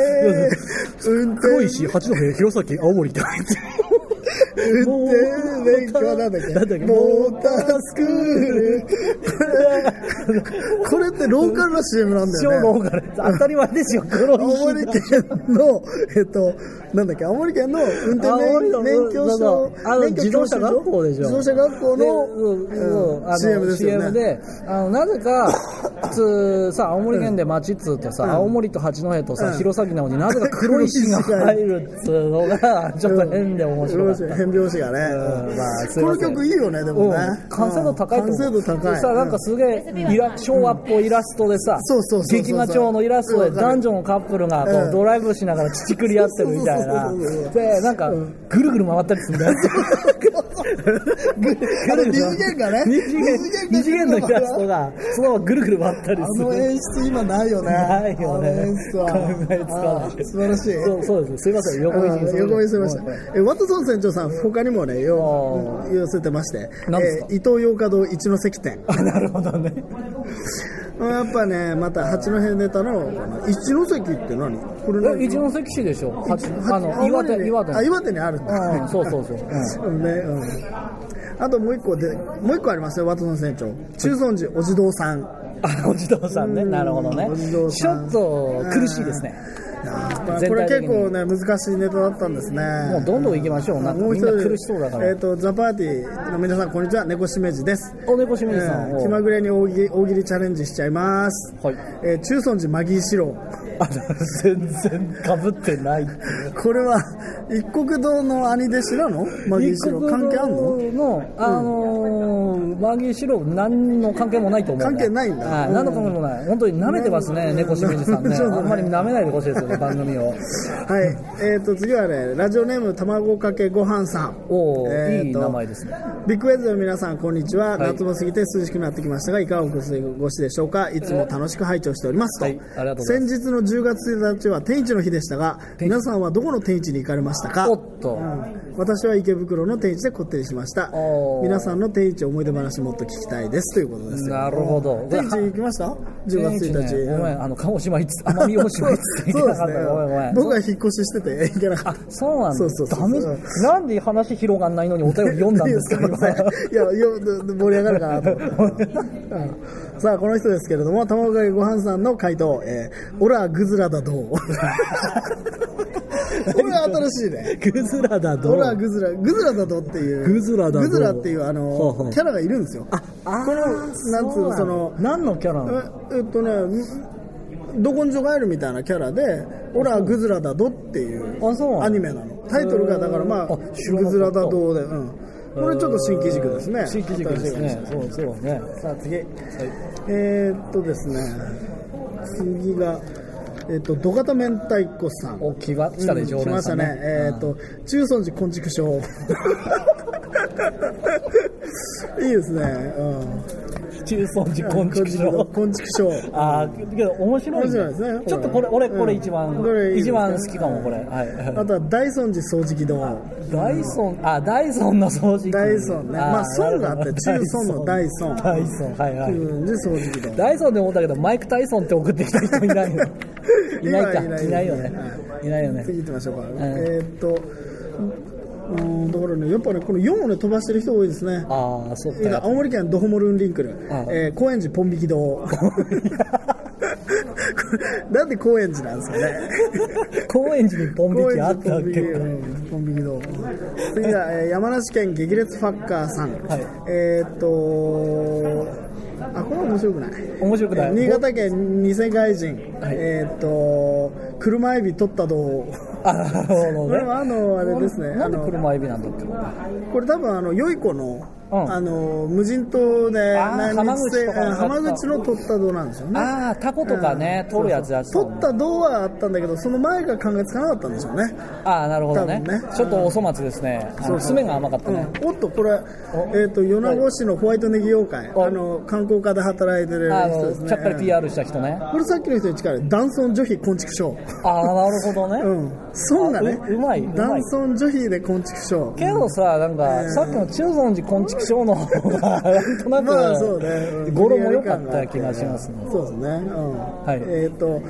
S1: 運
S2: 黒
S1: 転、
S2: 石八戸弘前青森って入って
S1: 運転免許はなんだっ
S2: なんだ
S1: け
S2: っけ
S1: モータースクール。これってローカルな CM なんだよね。
S2: 超ローカル当たり前ですよ黒石
S1: 青森県の、えっと、なんだっけ、青森県の運転
S2: 青森
S1: 免
S2: の
S1: 免許証
S2: そうそうあ、の
S1: 免許
S2: 自動車学校でしょ
S1: 自動車学校の
S2: でうん
S1: う
S2: そ
S1: ん
S2: うあの
S1: CM ですよ
S2: CM
S1: ね。
S2: であのなぜか普通さ青森県で町っつうとさ、
S1: うん
S2: 青森と八戸とさ、
S1: うん
S2: 弘前なのになぜか黒石が入るっつうのがちょっと変で面白かった、
S1: 変拍子がね、
S2: うんまあすい
S1: こ
S2: ま
S1: の
S2: せん
S1: 曲いいよねでもね、
S2: うん、完成度高いと
S1: うん
S2: 思
S1: 完成
S2: う
S1: 度高い
S2: でさなんかすげえイラ昭和っぽいイラストでさ
S1: そうそうそうそう
S2: 劇画調のイラストで
S1: うん
S2: 男女のカップルがこ
S1: うん
S2: うドライブしながら乳くり合ってるみたいな
S1: そうそうそうそう
S2: でなんかぐるぐる回ったりするんだよ
S1: あれ二次元がね
S2: 二次元二次元のイラストがそのままぐるぐる回ったり
S1: あ
S2: す
S1: の
S2: る
S1: 演出今ないよね
S2: ないよね
S1: あの演出は
S2: 考えつかない
S1: あ素晴らしい
S2: そうそうですすいません横道に
S1: うん横見せました
S2: はい。
S1: え、ワトソン船長さん、他にもね、よ
S2: あ、
S1: うん寄せてまして。
S2: 何ですか
S1: えー伊東洋華堂一ノ関店。
S2: あなるほどね
S1: うんやっぱね、また八戸ネタの、この一ノ関って何これ
S2: え
S1: 何
S2: 一関市でしょ八あ
S1: は
S2: の岩
S1: 青森
S2: 手
S1: に
S2: 岩手
S1: あ、岩手にあるん
S2: う
S1: だ
S2: ん。そうそうそう、うん
S1: うんね、うん。あともう一個で、もう一個ありますよ、ワトソン船長。中尊寺お地蔵さん。
S2: あお地蔵さんね、
S1: うん
S2: なるほどね
S1: お地蔵、
S2: ち
S1: さ
S2: ょ
S1: ん
S2: っと苦しいですね、
S1: あー
S2: 全
S1: これ結
S2: 体的に
S1: 構ね、難しいネタだったんですね。
S2: もうどんどん行きましょう、なんか
S1: もう
S2: み
S1: 一
S2: んな
S1: 人
S2: 苦しそうだか
S1: え
S2: ら
S1: っ、、と、ザ・パーティーの皆さん、こんにちは。猫しめじです。
S2: お猫し
S1: え
S2: めじさん
S1: ー
S2: を、
S1: 気まぐれに大喜利大喜利チャレンジしちゃいます。
S2: はい、
S1: えー中尊寺マギー四郎。
S2: あ全然かぶってないっていう、
S1: これは、一国堂の兄弟子なのマギー四郎。関係あんの
S2: 一国堂の、あのー、マギーシロ何の関係もないと思う、
S1: 関係ないんだ
S2: はい、
S1: うん
S2: 何の関係もない、本当に舐めてますね、
S1: うん
S2: 猫しめじさんね、
S1: そうだね
S2: あんまり舐めないでほしいです よね、番組を。
S1: はい。えっ、と、次はね、ラジオネーム卵かけご飯さん。
S2: おお、
S1: えーと
S2: いい名前ですね。
S1: ビッグウェイズの皆さん、こんにちは。
S2: はい
S1: 夏も過ぎて涼しくなってきましたが、いかがお過ごしでしょうかいつも楽しく拝聴しておりますと。
S2: はいありがとうござい
S1: 先日の10月1日は天一の日でしたが、皆さんはどこの天一に行かれましたか
S2: おっと
S1: うん私は池袋の天一でこってりしました
S2: お。ー
S1: 皆さんの天一思い出話もっと聞きたいですということですよ。
S2: なるほど
S1: 天一行きました ?10 月1日。
S2: ねごめん、あの、鹿児島いつ、奄美大島いつって言
S1: そう
S2: って
S1: で
S2: なか
S1: す
S2: った、
S1: ね
S2: ごめんごめん。。
S1: 僕は引っ越ししてて行けなかった。
S2: そうなんだ。
S1: そうそうそう
S2: ダメ
S1: うん
S2: なんで話広がんないのにお便り読んだんですか、今。
S1: いや、よ盛り上がるかなと思 って。うんさあ、この人ですけれども、卵かけご飯さんの回答、えー、オラ、グズラだど う これは新しいね。
S2: グズラだ
S1: オラ、グズラ、グズラだどうっていう。
S2: グズラだどう
S1: グズラっていう、あ
S2: ほうほ
S1: の、
S2: う
S1: キャラがいるんですよ。あ、
S2: あ
S1: この、なんつうの、その、
S2: 何のキャラなの
S1: ええっとね、んど根性ガエルみたいなキャラで、オラ、グズラだどっていう
S2: あそう
S1: アニメなの。タイトルが、だからまあ、
S2: あ知らなかった
S1: グズラだどで、うん。これちょっと新機軸ですね
S2: 新規軸ですね
S1: 新しい
S2: そうそうね
S1: さあ次、えー、っとですね次がえーっと土方明太子さん
S2: おきましたね、
S1: うん
S2: 常
S1: 来ま
S2: 連
S1: し
S2: さ
S1: た
S2: ん
S1: ね
S2: ね。
S1: えーっ、と中尊寺昆虫賞 いいですね、うん
S2: 中尊寺昆
S1: 昆
S2: 虫
S1: 虫
S2: 賞
S1: 賞昆虫賞
S2: ああけど面白い
S1: 面白いですねこれ
S2: ちょっとこれ俺
S1: うん
S2: これ一番、
S1: これいいです
S2: 一
S1: ね
S2: 番好きかもこれはい
S1: あとは大尊寺掃除機堂
S2: ダイソンあダイソンの掃除機
S1: ダイソンねまあ孫があって
S2: なるほど
S1: 中孫のダイソン
S2: ダイソンはいはい、
S1: うんで掃除機堂
S2: ダイソンで思ったけどマイク・タイソンって送ってきた人いないよいないか
S1: いない
S2: いないよね
S1: はい
S2: ないよね
S1: 次行ってみましょうか、
S2: ん
S1: えーっとうーんだからねやっぱねこの4をね飛ばしてる人多いですね
S2: ああそっ
S1: えーと
S2: か
S1: 青森県ドホモルンリンクル、
S2: ああ
S1: えー、高円寺ポン引 き堂これなんで高円寺なんですかね
S2: 高円寺にポン
S1: 高
S2: 引
S1: 円
S2: きあ
S1: 寺
S2: った
S1: ポ
S2: っ
S1: ン引き、
S2: け
S1: うん、ポン引き堂次が、えー山梨県激烈ファッカーさん、
S2: はい
S1: えーっとあこれ面白くない
S2: 面白くない
S1: 新潟県偽外人、
S2: はい
S1: えーっと車エビ取ったどう
S2: あなるほど
S1: こ
S2: ね
S1: れはあのあれですね
S2: なんで
S1: あの
S2: 車エビなんだっけ
S1: これ多分あの良い子の,、
S2: うん
S1: あの無人島で
S2: あー
S1: 内密性
S2: 浜口とか
S1: うん
S2: の
S1: 浜口の取った道なんですよね
S2: ああタコとかね取るやつやつ
S1: 取った道はあったんだけどその前が考えつかなかったんでしょうね
S2: ああなるほどね
S1: 多分ね
S2: ちょっとお粗末ですねあの爪が甘かったね、
S1: うんおっとこれ、えー、と米子市のホワイトネギ妖怪
S2: お
S1: あの観光課で働いてる
S2: あ
S1: 人
S2: の
S1: ですね
S2: ちゃっかり
S1: うん
S2: PR した人ね、
S1: これさっきの人に近い男尊女卑昆虫賞
S2: ああなるほどね、
S1: うん損がね
S2: あううまいうま
S1: 男
S2: い
S1: 尊女卑で昆虫賞
S2: けどさなんか、さっきの中尊寺昆虫賞の方がなんとなく、
S1: まあそうね、うん
S2: 語呂も良かった気がしますね
S1: そうですね、うん
S2: い
S1: えっ、と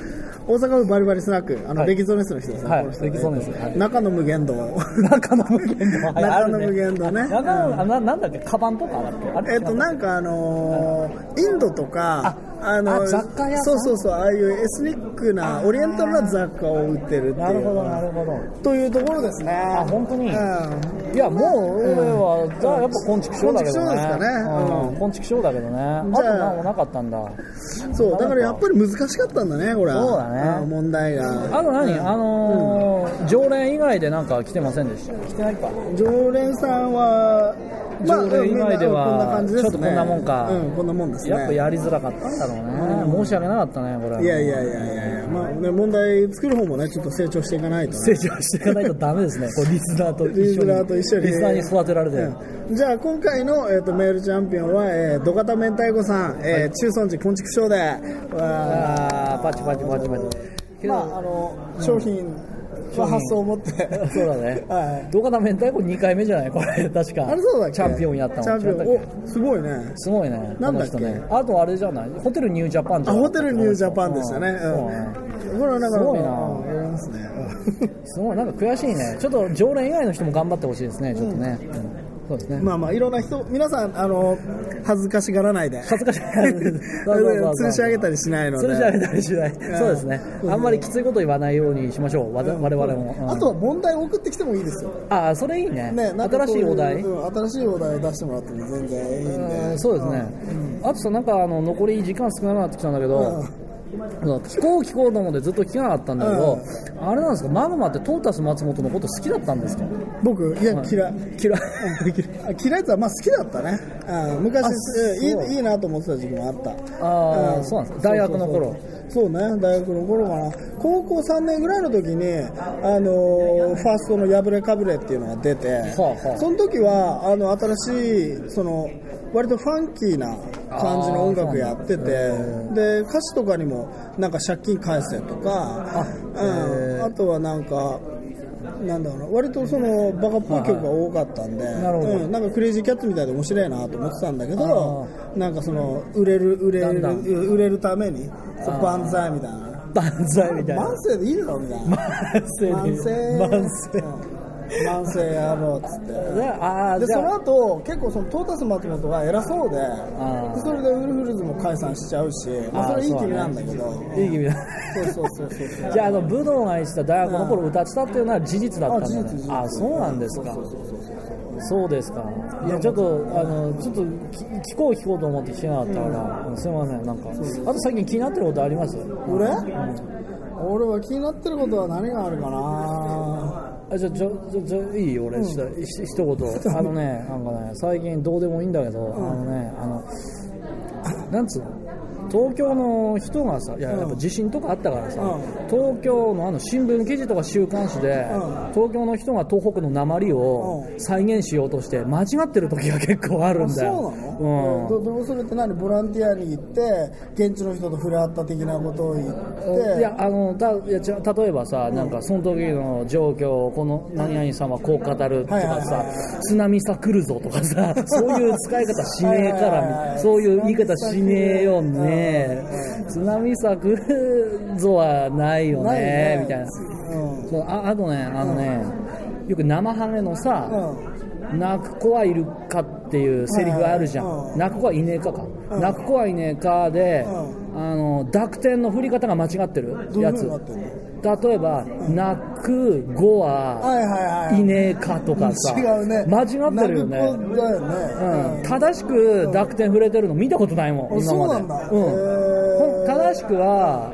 S1: 大阪府バリバリスナックあの、
S2: はい
S1: レキゾネスの人ですね、
S2: はい
S1: この人
S2: レキゾネス
S1: えーと
S2: はい
S1: 中野無限堂
S2: 中野無限のはい
S1: 中
S2: ある
S1: 野
S2: ね
S1: 無限堂ね
S2: 中野あななんだっけカバンとかだっけあれ
S1: えっとなんかあのーインドとか
S2: ああ雑貨屋さん
S1: そうそうそうああいうエスニックなオリエンタルな雑貨を売ってるっていう
S2: なるほどなるほど
S1: というところですねあ
S2: 本当
S1: う
S2: に
S1: ん
S2: いやもう俺はじゃあやっぱ昆虫賞だけ
S1: 昆虫
S2: ど
S1: 賞
S2: ね
S1: ですかねうん
S2: うん昆虫賞だけどねあと
S1: じゃあ
S2: 何もなかったんだ
S1: そうだからやっぱり難しかったんだねこれ
S2: そうだね
S1: ん問題が
S2: あと何、あのー常連以外でなんか来てませんでした来てないか
S1: 常連さんは
S2: 常連以外では
S1: まあうんみんなこんな感じですね
S2: ちょっとこんなもんか
S1: うんこんなもんですね
S2: やっぱやりづらかったんだろうね、申し訳なかったねこれ
S1: いやいやいやいやいやまあね問題作る方もねちょっと成長していかないとね
S2: 成長していかないとダメで すねこれリスナーと一緒に
S1: リスナーと一緒に
S2: リスナーに育てられて、
S1: うんじゃあ今回の、えー、とメールチャンピオンは、えー、土方明太子さん、えー中尊寺昆虫賞でわ
S2: ああパチパチパチパチ
S1: ー
S2: けど、
S1: まああの商品は発想を持って
S2: そうだね、
S1: はい
S2: どうかな明太子2回目じゃないこれ確か
S1: あれそうだっけ
S2: チャンピオンになったの
S1: チャンピオ
S2: 違ったっけ
S1: ンおすごいね
S2: すごいね
S1: なんだっけ
S2: この人ねあとあれじゃないホテルニュージャパンじ
S1: あ
S2: ゃない
S1: ホテルニュージャパンでしたね、
S2: うんそうね
S1: うん、これはだから
S2: すごいな
S1: うんやりますね
S2: すごいなんか悔しいねちょっと常連以外の人も頑張ってほしいですねちょっとね、うんそうですね、
S1: うん まあまあいろんな人皆さんあの恥ずかしがら ないで
S2: 恥 ずかしいそうそうそう
S1: 吊 るし上げたりしないので
S2: それじゃあれだりしないそうですね
S1: うん
S2: あんまりきついこと言わないようにしましょうわざ我々も、うん
S1: あとは問題送ってきてもいいですよ
S2: ああそれいいね
S1: ね、なんか
S2: 新
S1: こう
S2: し
S1: う
S2: いお題
S1: うん新しいお題を出してもらっても全然いいん
S2: う
S1: で
S2: んそうですね、あとさなんかあの残り時間少なくなってきたんだけど、そう聞こう聞こうと思ってずっと聞かなかったんだけど、あれなんですかマグマってトータス松本のこと好きだったんですか
S1: 僕いや嫌い
S2: 嫌い
S1: あ嫌いやつはまあ好きだったねあ昔
S2: あそう
S1: うんいいいいなと思ってた時期もあった
S2: あー
S1: ん
S2: そうなんですか大学の頃
S1: そうそうそうね大学の頃かな高校3年ぐらいの時にあのーファーストの「破れかぶれ」っていうのが出て、
S2: はあはあ
S1: その時はあの新しいその割とファンキーな感じの音楽やっててで歌詞とかにもなんか借金返せとかあ,、うん、あとはなんかなんだろうな割とそのバカっぽい曲が多かったんで、
S2: なるほど
S1: うん、なんかクレイジーキャッツみたいで面白いなと思ってたんだけどなんかその売れる売れる
S2: だんだん
S1: 売れるためにそう万歳みたいな
S2: 万歳みたいな
S1: 万世でいいだろうみたいな
S2: 万
S1: 万世
S2: 万世
S1: うん万世やろうっつって
S2: でああ
S1: で
S2: じゃ
S1: そ
S2: あ
S1: の後結構そのトータス松本が偉そうで
S2: ー
S1: でそれでウルフルズも解散しちゃうしまあ、
S2: あー
S1: それいい気味
S2: そうだね
S1: なんだけど
S2: いい気味だ
S1: そうそうそうそうそう
S2: じゃああの武道が愛した大学の頃歌ってたっていうのは事実だったんだ
S1: あ事実事
S2: ね
S1: 実
S2: あそうなんですかそうですかいやちょっとあのちょっと聞聞こう聞こうと思って聞けなかったから、うんすいませんなんかあと最近気になってることあります
S1: 俺俺は気になってることは何があるかな
S2: あじゃあじゃじゃじゃいい俺、したひ一言あのねなんかね最近どうでもいいんだけど、あのねあのなんつうの東京の人がさいや
S1: うん
S2: やっぱ地震とかあったからさ、
S1: うん
S2: 東京のあの新聞記事とか週刊誌で、
S1: うん
S2: 東京の人が東北の鉛を
S1: うん
S2: 再現しようとして間違ってる時が結構あるん
S1: そ
S2: だよ
S1: うなの、
S2: う
S1: ど
S2: ん
S1: でもそれって何ボランティアに行って現地の人と触れ合った的なことを言って
S2: いやあのだいや違う例えばさ、なんかその時の状況をこの何々さんはこう語ると
S1: は
S2: かさ、
S1: いはいはい
S2: 津波さ来るぞと かさそういう使い方しねえか
S1: はいはいはいは
S2: ら
S1: い
S2: そういう言い方しねえよね
S1: う
S2: 津波さ来るぞはないよ
S1: ない
S2: ね
S1: ね
S2: みたいな
S1: うん
S2: そうああとねあのね、よく生ハゲのさ、泣く子はいるかっていうセリフがあるじゃん、
S1: うんうん
S2: 泣く子はいねえかか、
S1: うん
S2: 泣く子はいねえかで、
S1: う
S2: あの濁点の振り方が間違ってる
S1: どういう
S2: や
S1: ふう
S2: つ
S1: になってるの
S2: 例えば、泣く子
S1: は
S2: はい
S1: はいはい
S2: いねえかとかさ
S1: 違うね
S2: 間違ってるよね
S1: なるほどだよ
S2: うん
S1: ね、
S2: 正しく濁点触れてるの見たことないもん、
S1: あ
S2: 今まで
S1: そうなんだ
S2: うん
S1: へー
S2: 正しくは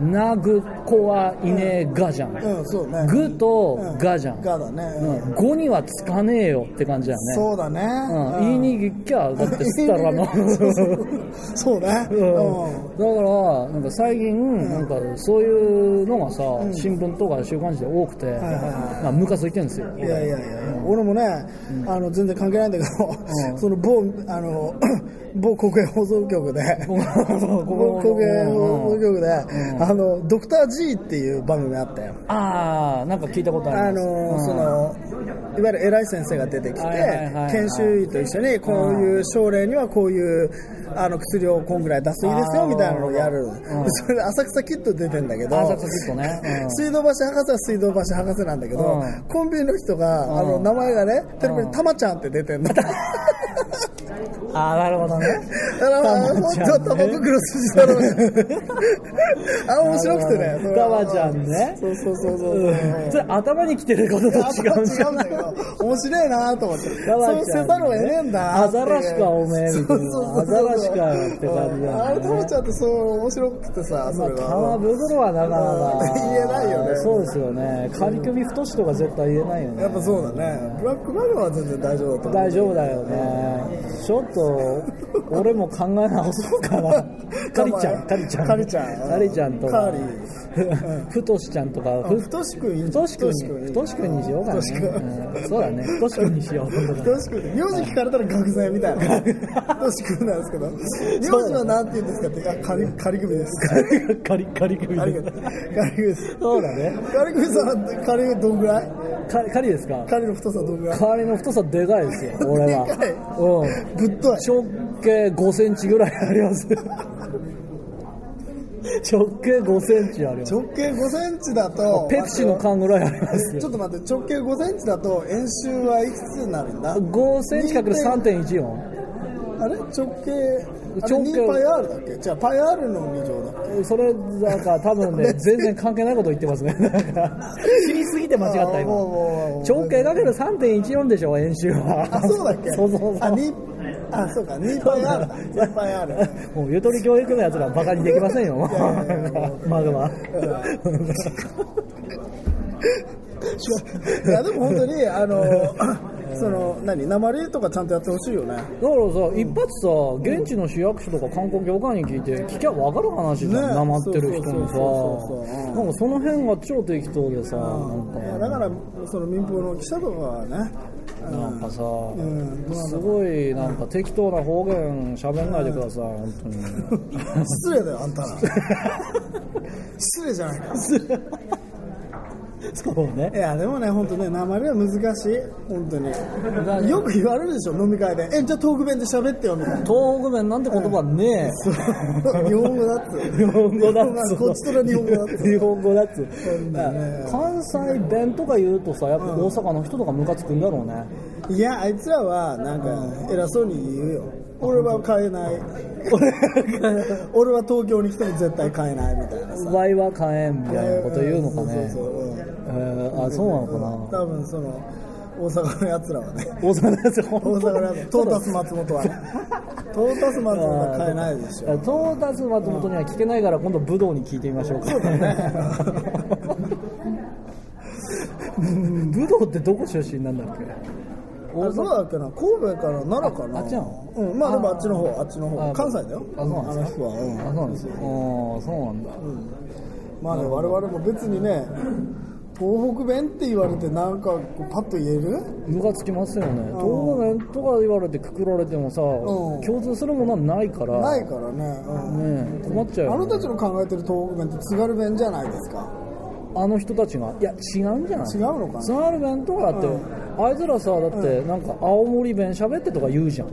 S2: 泣く子はいねえがじゃん、
S1: うん、うんそうね
S2: ぐと
S1: うん
S2: がじゃん、
S1: がだね、うん
S2: うん、語にはつかねえよって感じだよね
S1: そうだね、
S2: うん、言いに行きゃだってすったら な
S1: そうそうそうね、
S2: う
S1: うん
S2: んだからなんか最近なんかそういうのがさ、新聞とか週刊誌で多くて、
S1: いはい
S2: まあムカついてるんですよ
S1: いやいやいや、俺もね、あの全然関係ないんだけど、
S2: ん
S1: その某あの某国営放送局 で、
S2: 国営放送
S1: 某国営放送局で、
S2: ん
S1: あのドクター G っていう番組あったよ。
S2: ああなんか聞いたことあ
S1: あ
S2: ります
S1: の
S2: うん
S1: そのいわゆる偉い先生が出てきて
S2: はいはいはいはい
S1: 研修医と一緒にこういう症例にはこういうあの薬をこんぐらい出すといいです
S2: あ
S1: よ
S2: ー
S1: みたいなのをやる
S2: うん
S1: それで浅草キッド出てんだけど
S2: あ浅草キッドねうん
S1: 水道橋博士は水道橋博士なんだけど
S2: うん
S1: コンビニの人
S2: ん
S1: があの名前がねテレビ
S2: うん
S1: に「たまちゃん」って出てんのだか
S2: ああなるほどね
S1: ら
S2: たまちゃんね
S1: 本当は玉袋筋だろうしあ面白くてねそれ
S2: たまちゃんね
S1: そうそうそうそうそ
S2: う
S1: うん
S2: それ頭に来てることと違
S1: 違う
S2: うんんじゃな
S1: だ
S2: い
S1: けど面白いなと思って
S2: たまちゃん
S1: そうせざるを得ねえんだ
S2: アザラシかおめえみたいな
S1: そうそうそうそう
S2: アザラシかよって感じだよね
S1: あれたまちゃんってそう面白くてさ
S2: ま
S1: そ
S2: あ、
S1: れ
S2: 玉
S1: は
S2: 袋はなかなか
S1: 言えないよね
S2: そうですよね仮首太しとか絶対言えないよね
S1: やっぱそうだねブラックマグマは全然大丈夫だと思う
S2: 大丈夫だよねちょっと俺も考え直そうか なカリちゃんカリちゃん
S1: カリちゃん
S2: カリちゃんと
S1: カ
S2: か
S1: リ
S2: ふとしちゃんとか
S1: うん
S2: ふ
S1: 太しくいい
S2: ふとしくん
S1: いい
S2: ふとしくんにしようかね
S1: 太しくん
S2: うんそうだねふとしくんにしよう今度から
S1: 太しくん名字聞かれたら学生みたいな 太しくんなんですけど名字は何て言うんですかってあ仮 仮首です
S2: カリカリ首
S1: 仮首仮首です
S2: そうだね
S1: 仮首さん仮首どんぐらい
S2: カリカリですか
S1: 仮の太さどんぐらい
S2: カリの太さでかいですよ俺は
S1: でかい
S2: うん
S1: ぶっとい
S2: 直径5センチぐらいあり ます直径5センチあります
S1: 直径5センチだと
S2: ペプシの缶ぐらいありま
S1: ち
S2: す
S1: ょ
S2: よ
S1: っと待って直径5センチだと円周はいくつになるんだ
S2: 5センチかける3.14
S1: あれ直径あれ
S2: 直径
S1: 2πr だっけじゃあ πr の2乗だっけ
S2: それなんか多 分ね全然関係ないこと言ってますねなんか知りすぎて間違った
S1: あ
S2: 今
S1: もうもうもう
S2: 直径かける3.14でしょ円周は
S1: あそうだっけ
S2: そうそうそう
S1: あにあそうか 2πr だ 2πr
S2: もうゆとり教育のやつらバカにできませ んよ
S1: いやいやいや
S2: マグマ
S1: いやでも本当にあの その何鉛とかちゃんとやってほしいよね
S2: だからさ、一発さ、現地の市役所とか観光協会に聞いて、聞きゃ分かる話じゃん、
S1: ね
S2: なまってる人にさ、
S1: そうそうそうそうそううん
S2: なんかその辺が超適当でさ、なん
S1: いや
S2: か
S1: だからその民放の記者とかはねあの
S2: なんかさ、
S1: ん
S2: すごいなんか適当な方言喋んないでください、本当に。
S1: 失礼だよあん たら失礼じゃないか
S2: そうね
S1: い。やでもね本当ね鉛は難しい本当
S2: ら
S1: によく言われるでしょ飲み会で「えじゃあトーク弁で喋ってよ」みたいな
S2: 東北弁なんて言葉ね
S1: 日本語だっ
S2: え。
S1: て
S2: 日本語だっつうの
S1: こっちとら日本語だっつう
S2: 日本語だっつう
S1: そうだね
S2: 関西弁とか言うとさ、やっぱ大阪の人とかムカつくんだろうね。
S1: いやあいつらはなんか偉そうに言うよ俺は買えない俺は東京に来ても絶対買えないみたいな
S2: ワイは買えんみたいなこと言うのかね。
S1: そうそうそう
S2: えー、あそうなのか
S1: うん
S2: な
S1: 多分その大阪のやつら はね
S2: 大阪のやつ
S1: 大
S2: 本
S1: 阪
S2: 当
S1: のやつトータス松本はねトータス松本は買えないでしょ
S2: ょトータス松本には聞けないから今度武道に聞いてみましょうかうん 武道ってどこ出身なんだっけ
S1: あれどうだっけな神戸から奈良かな
S2: ああっちなの
S1: うんまあでもあっちの方あっちの方
S2: あ
S1: 関西だよ
S2: あそうなんですか
S1: あの人は、うん
S2: あそうなんですよあーそうなんだ、
S1: まあね我々も別にね東北弁って言われてなんかこうパッと言える
S2: ムカつきますよね東北弁とか言われてくくられてもさ、
S1: うん
S2: 共通するものはないから
S1: ないからね、うん
S2: ねえ困っちゃう
S1: あ
S2: よ
S1: の
S2: ね
S1: たちの考えてる東北弁って津軽弁じゃないですか
S2: あの人たちがいや違うんじゃない
S1: 違うのかな
S2: 津軽弁とかだって、あいつらさだってなんか青森弁喋ってとか言うじゃん、
S1: ああ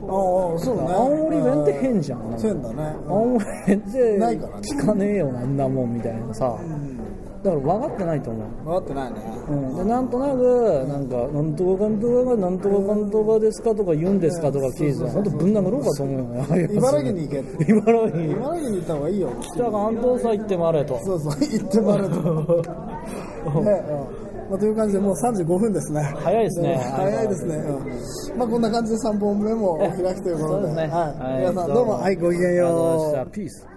S1: そうね
S2: 青森弁って変じゃん
S1: う変だね
S2: 青森弁って
S1: ないからね
S2: 聞かねえよなあんなもんみたいなさだから分かってないと思う
S1: 分かってないね
S2: うん、でなんとなく、なんか、なんとかかんとかが、なんとかかんとかですかとか言うんですかとか聞いてたら、本当、ぶん殴ろうかと思うよねああいうやつね、
S1: 茨城に行け
S2: 茨城
S1: 茨城に行った方がいいよ
S2: 北関東さ行ってまれと。
S1: そうそう行ってもらうとね、うんまあ、という感じでもう35分ですね
S2: 早いですね
S1: 早いですね、うんまあ、こんな感じで3本目もお開きということで
S2: そうですね
S1: はい
S2: はい
S1: 皆さんどうもはいごきげんよう
S2: ありがとうございましたピース。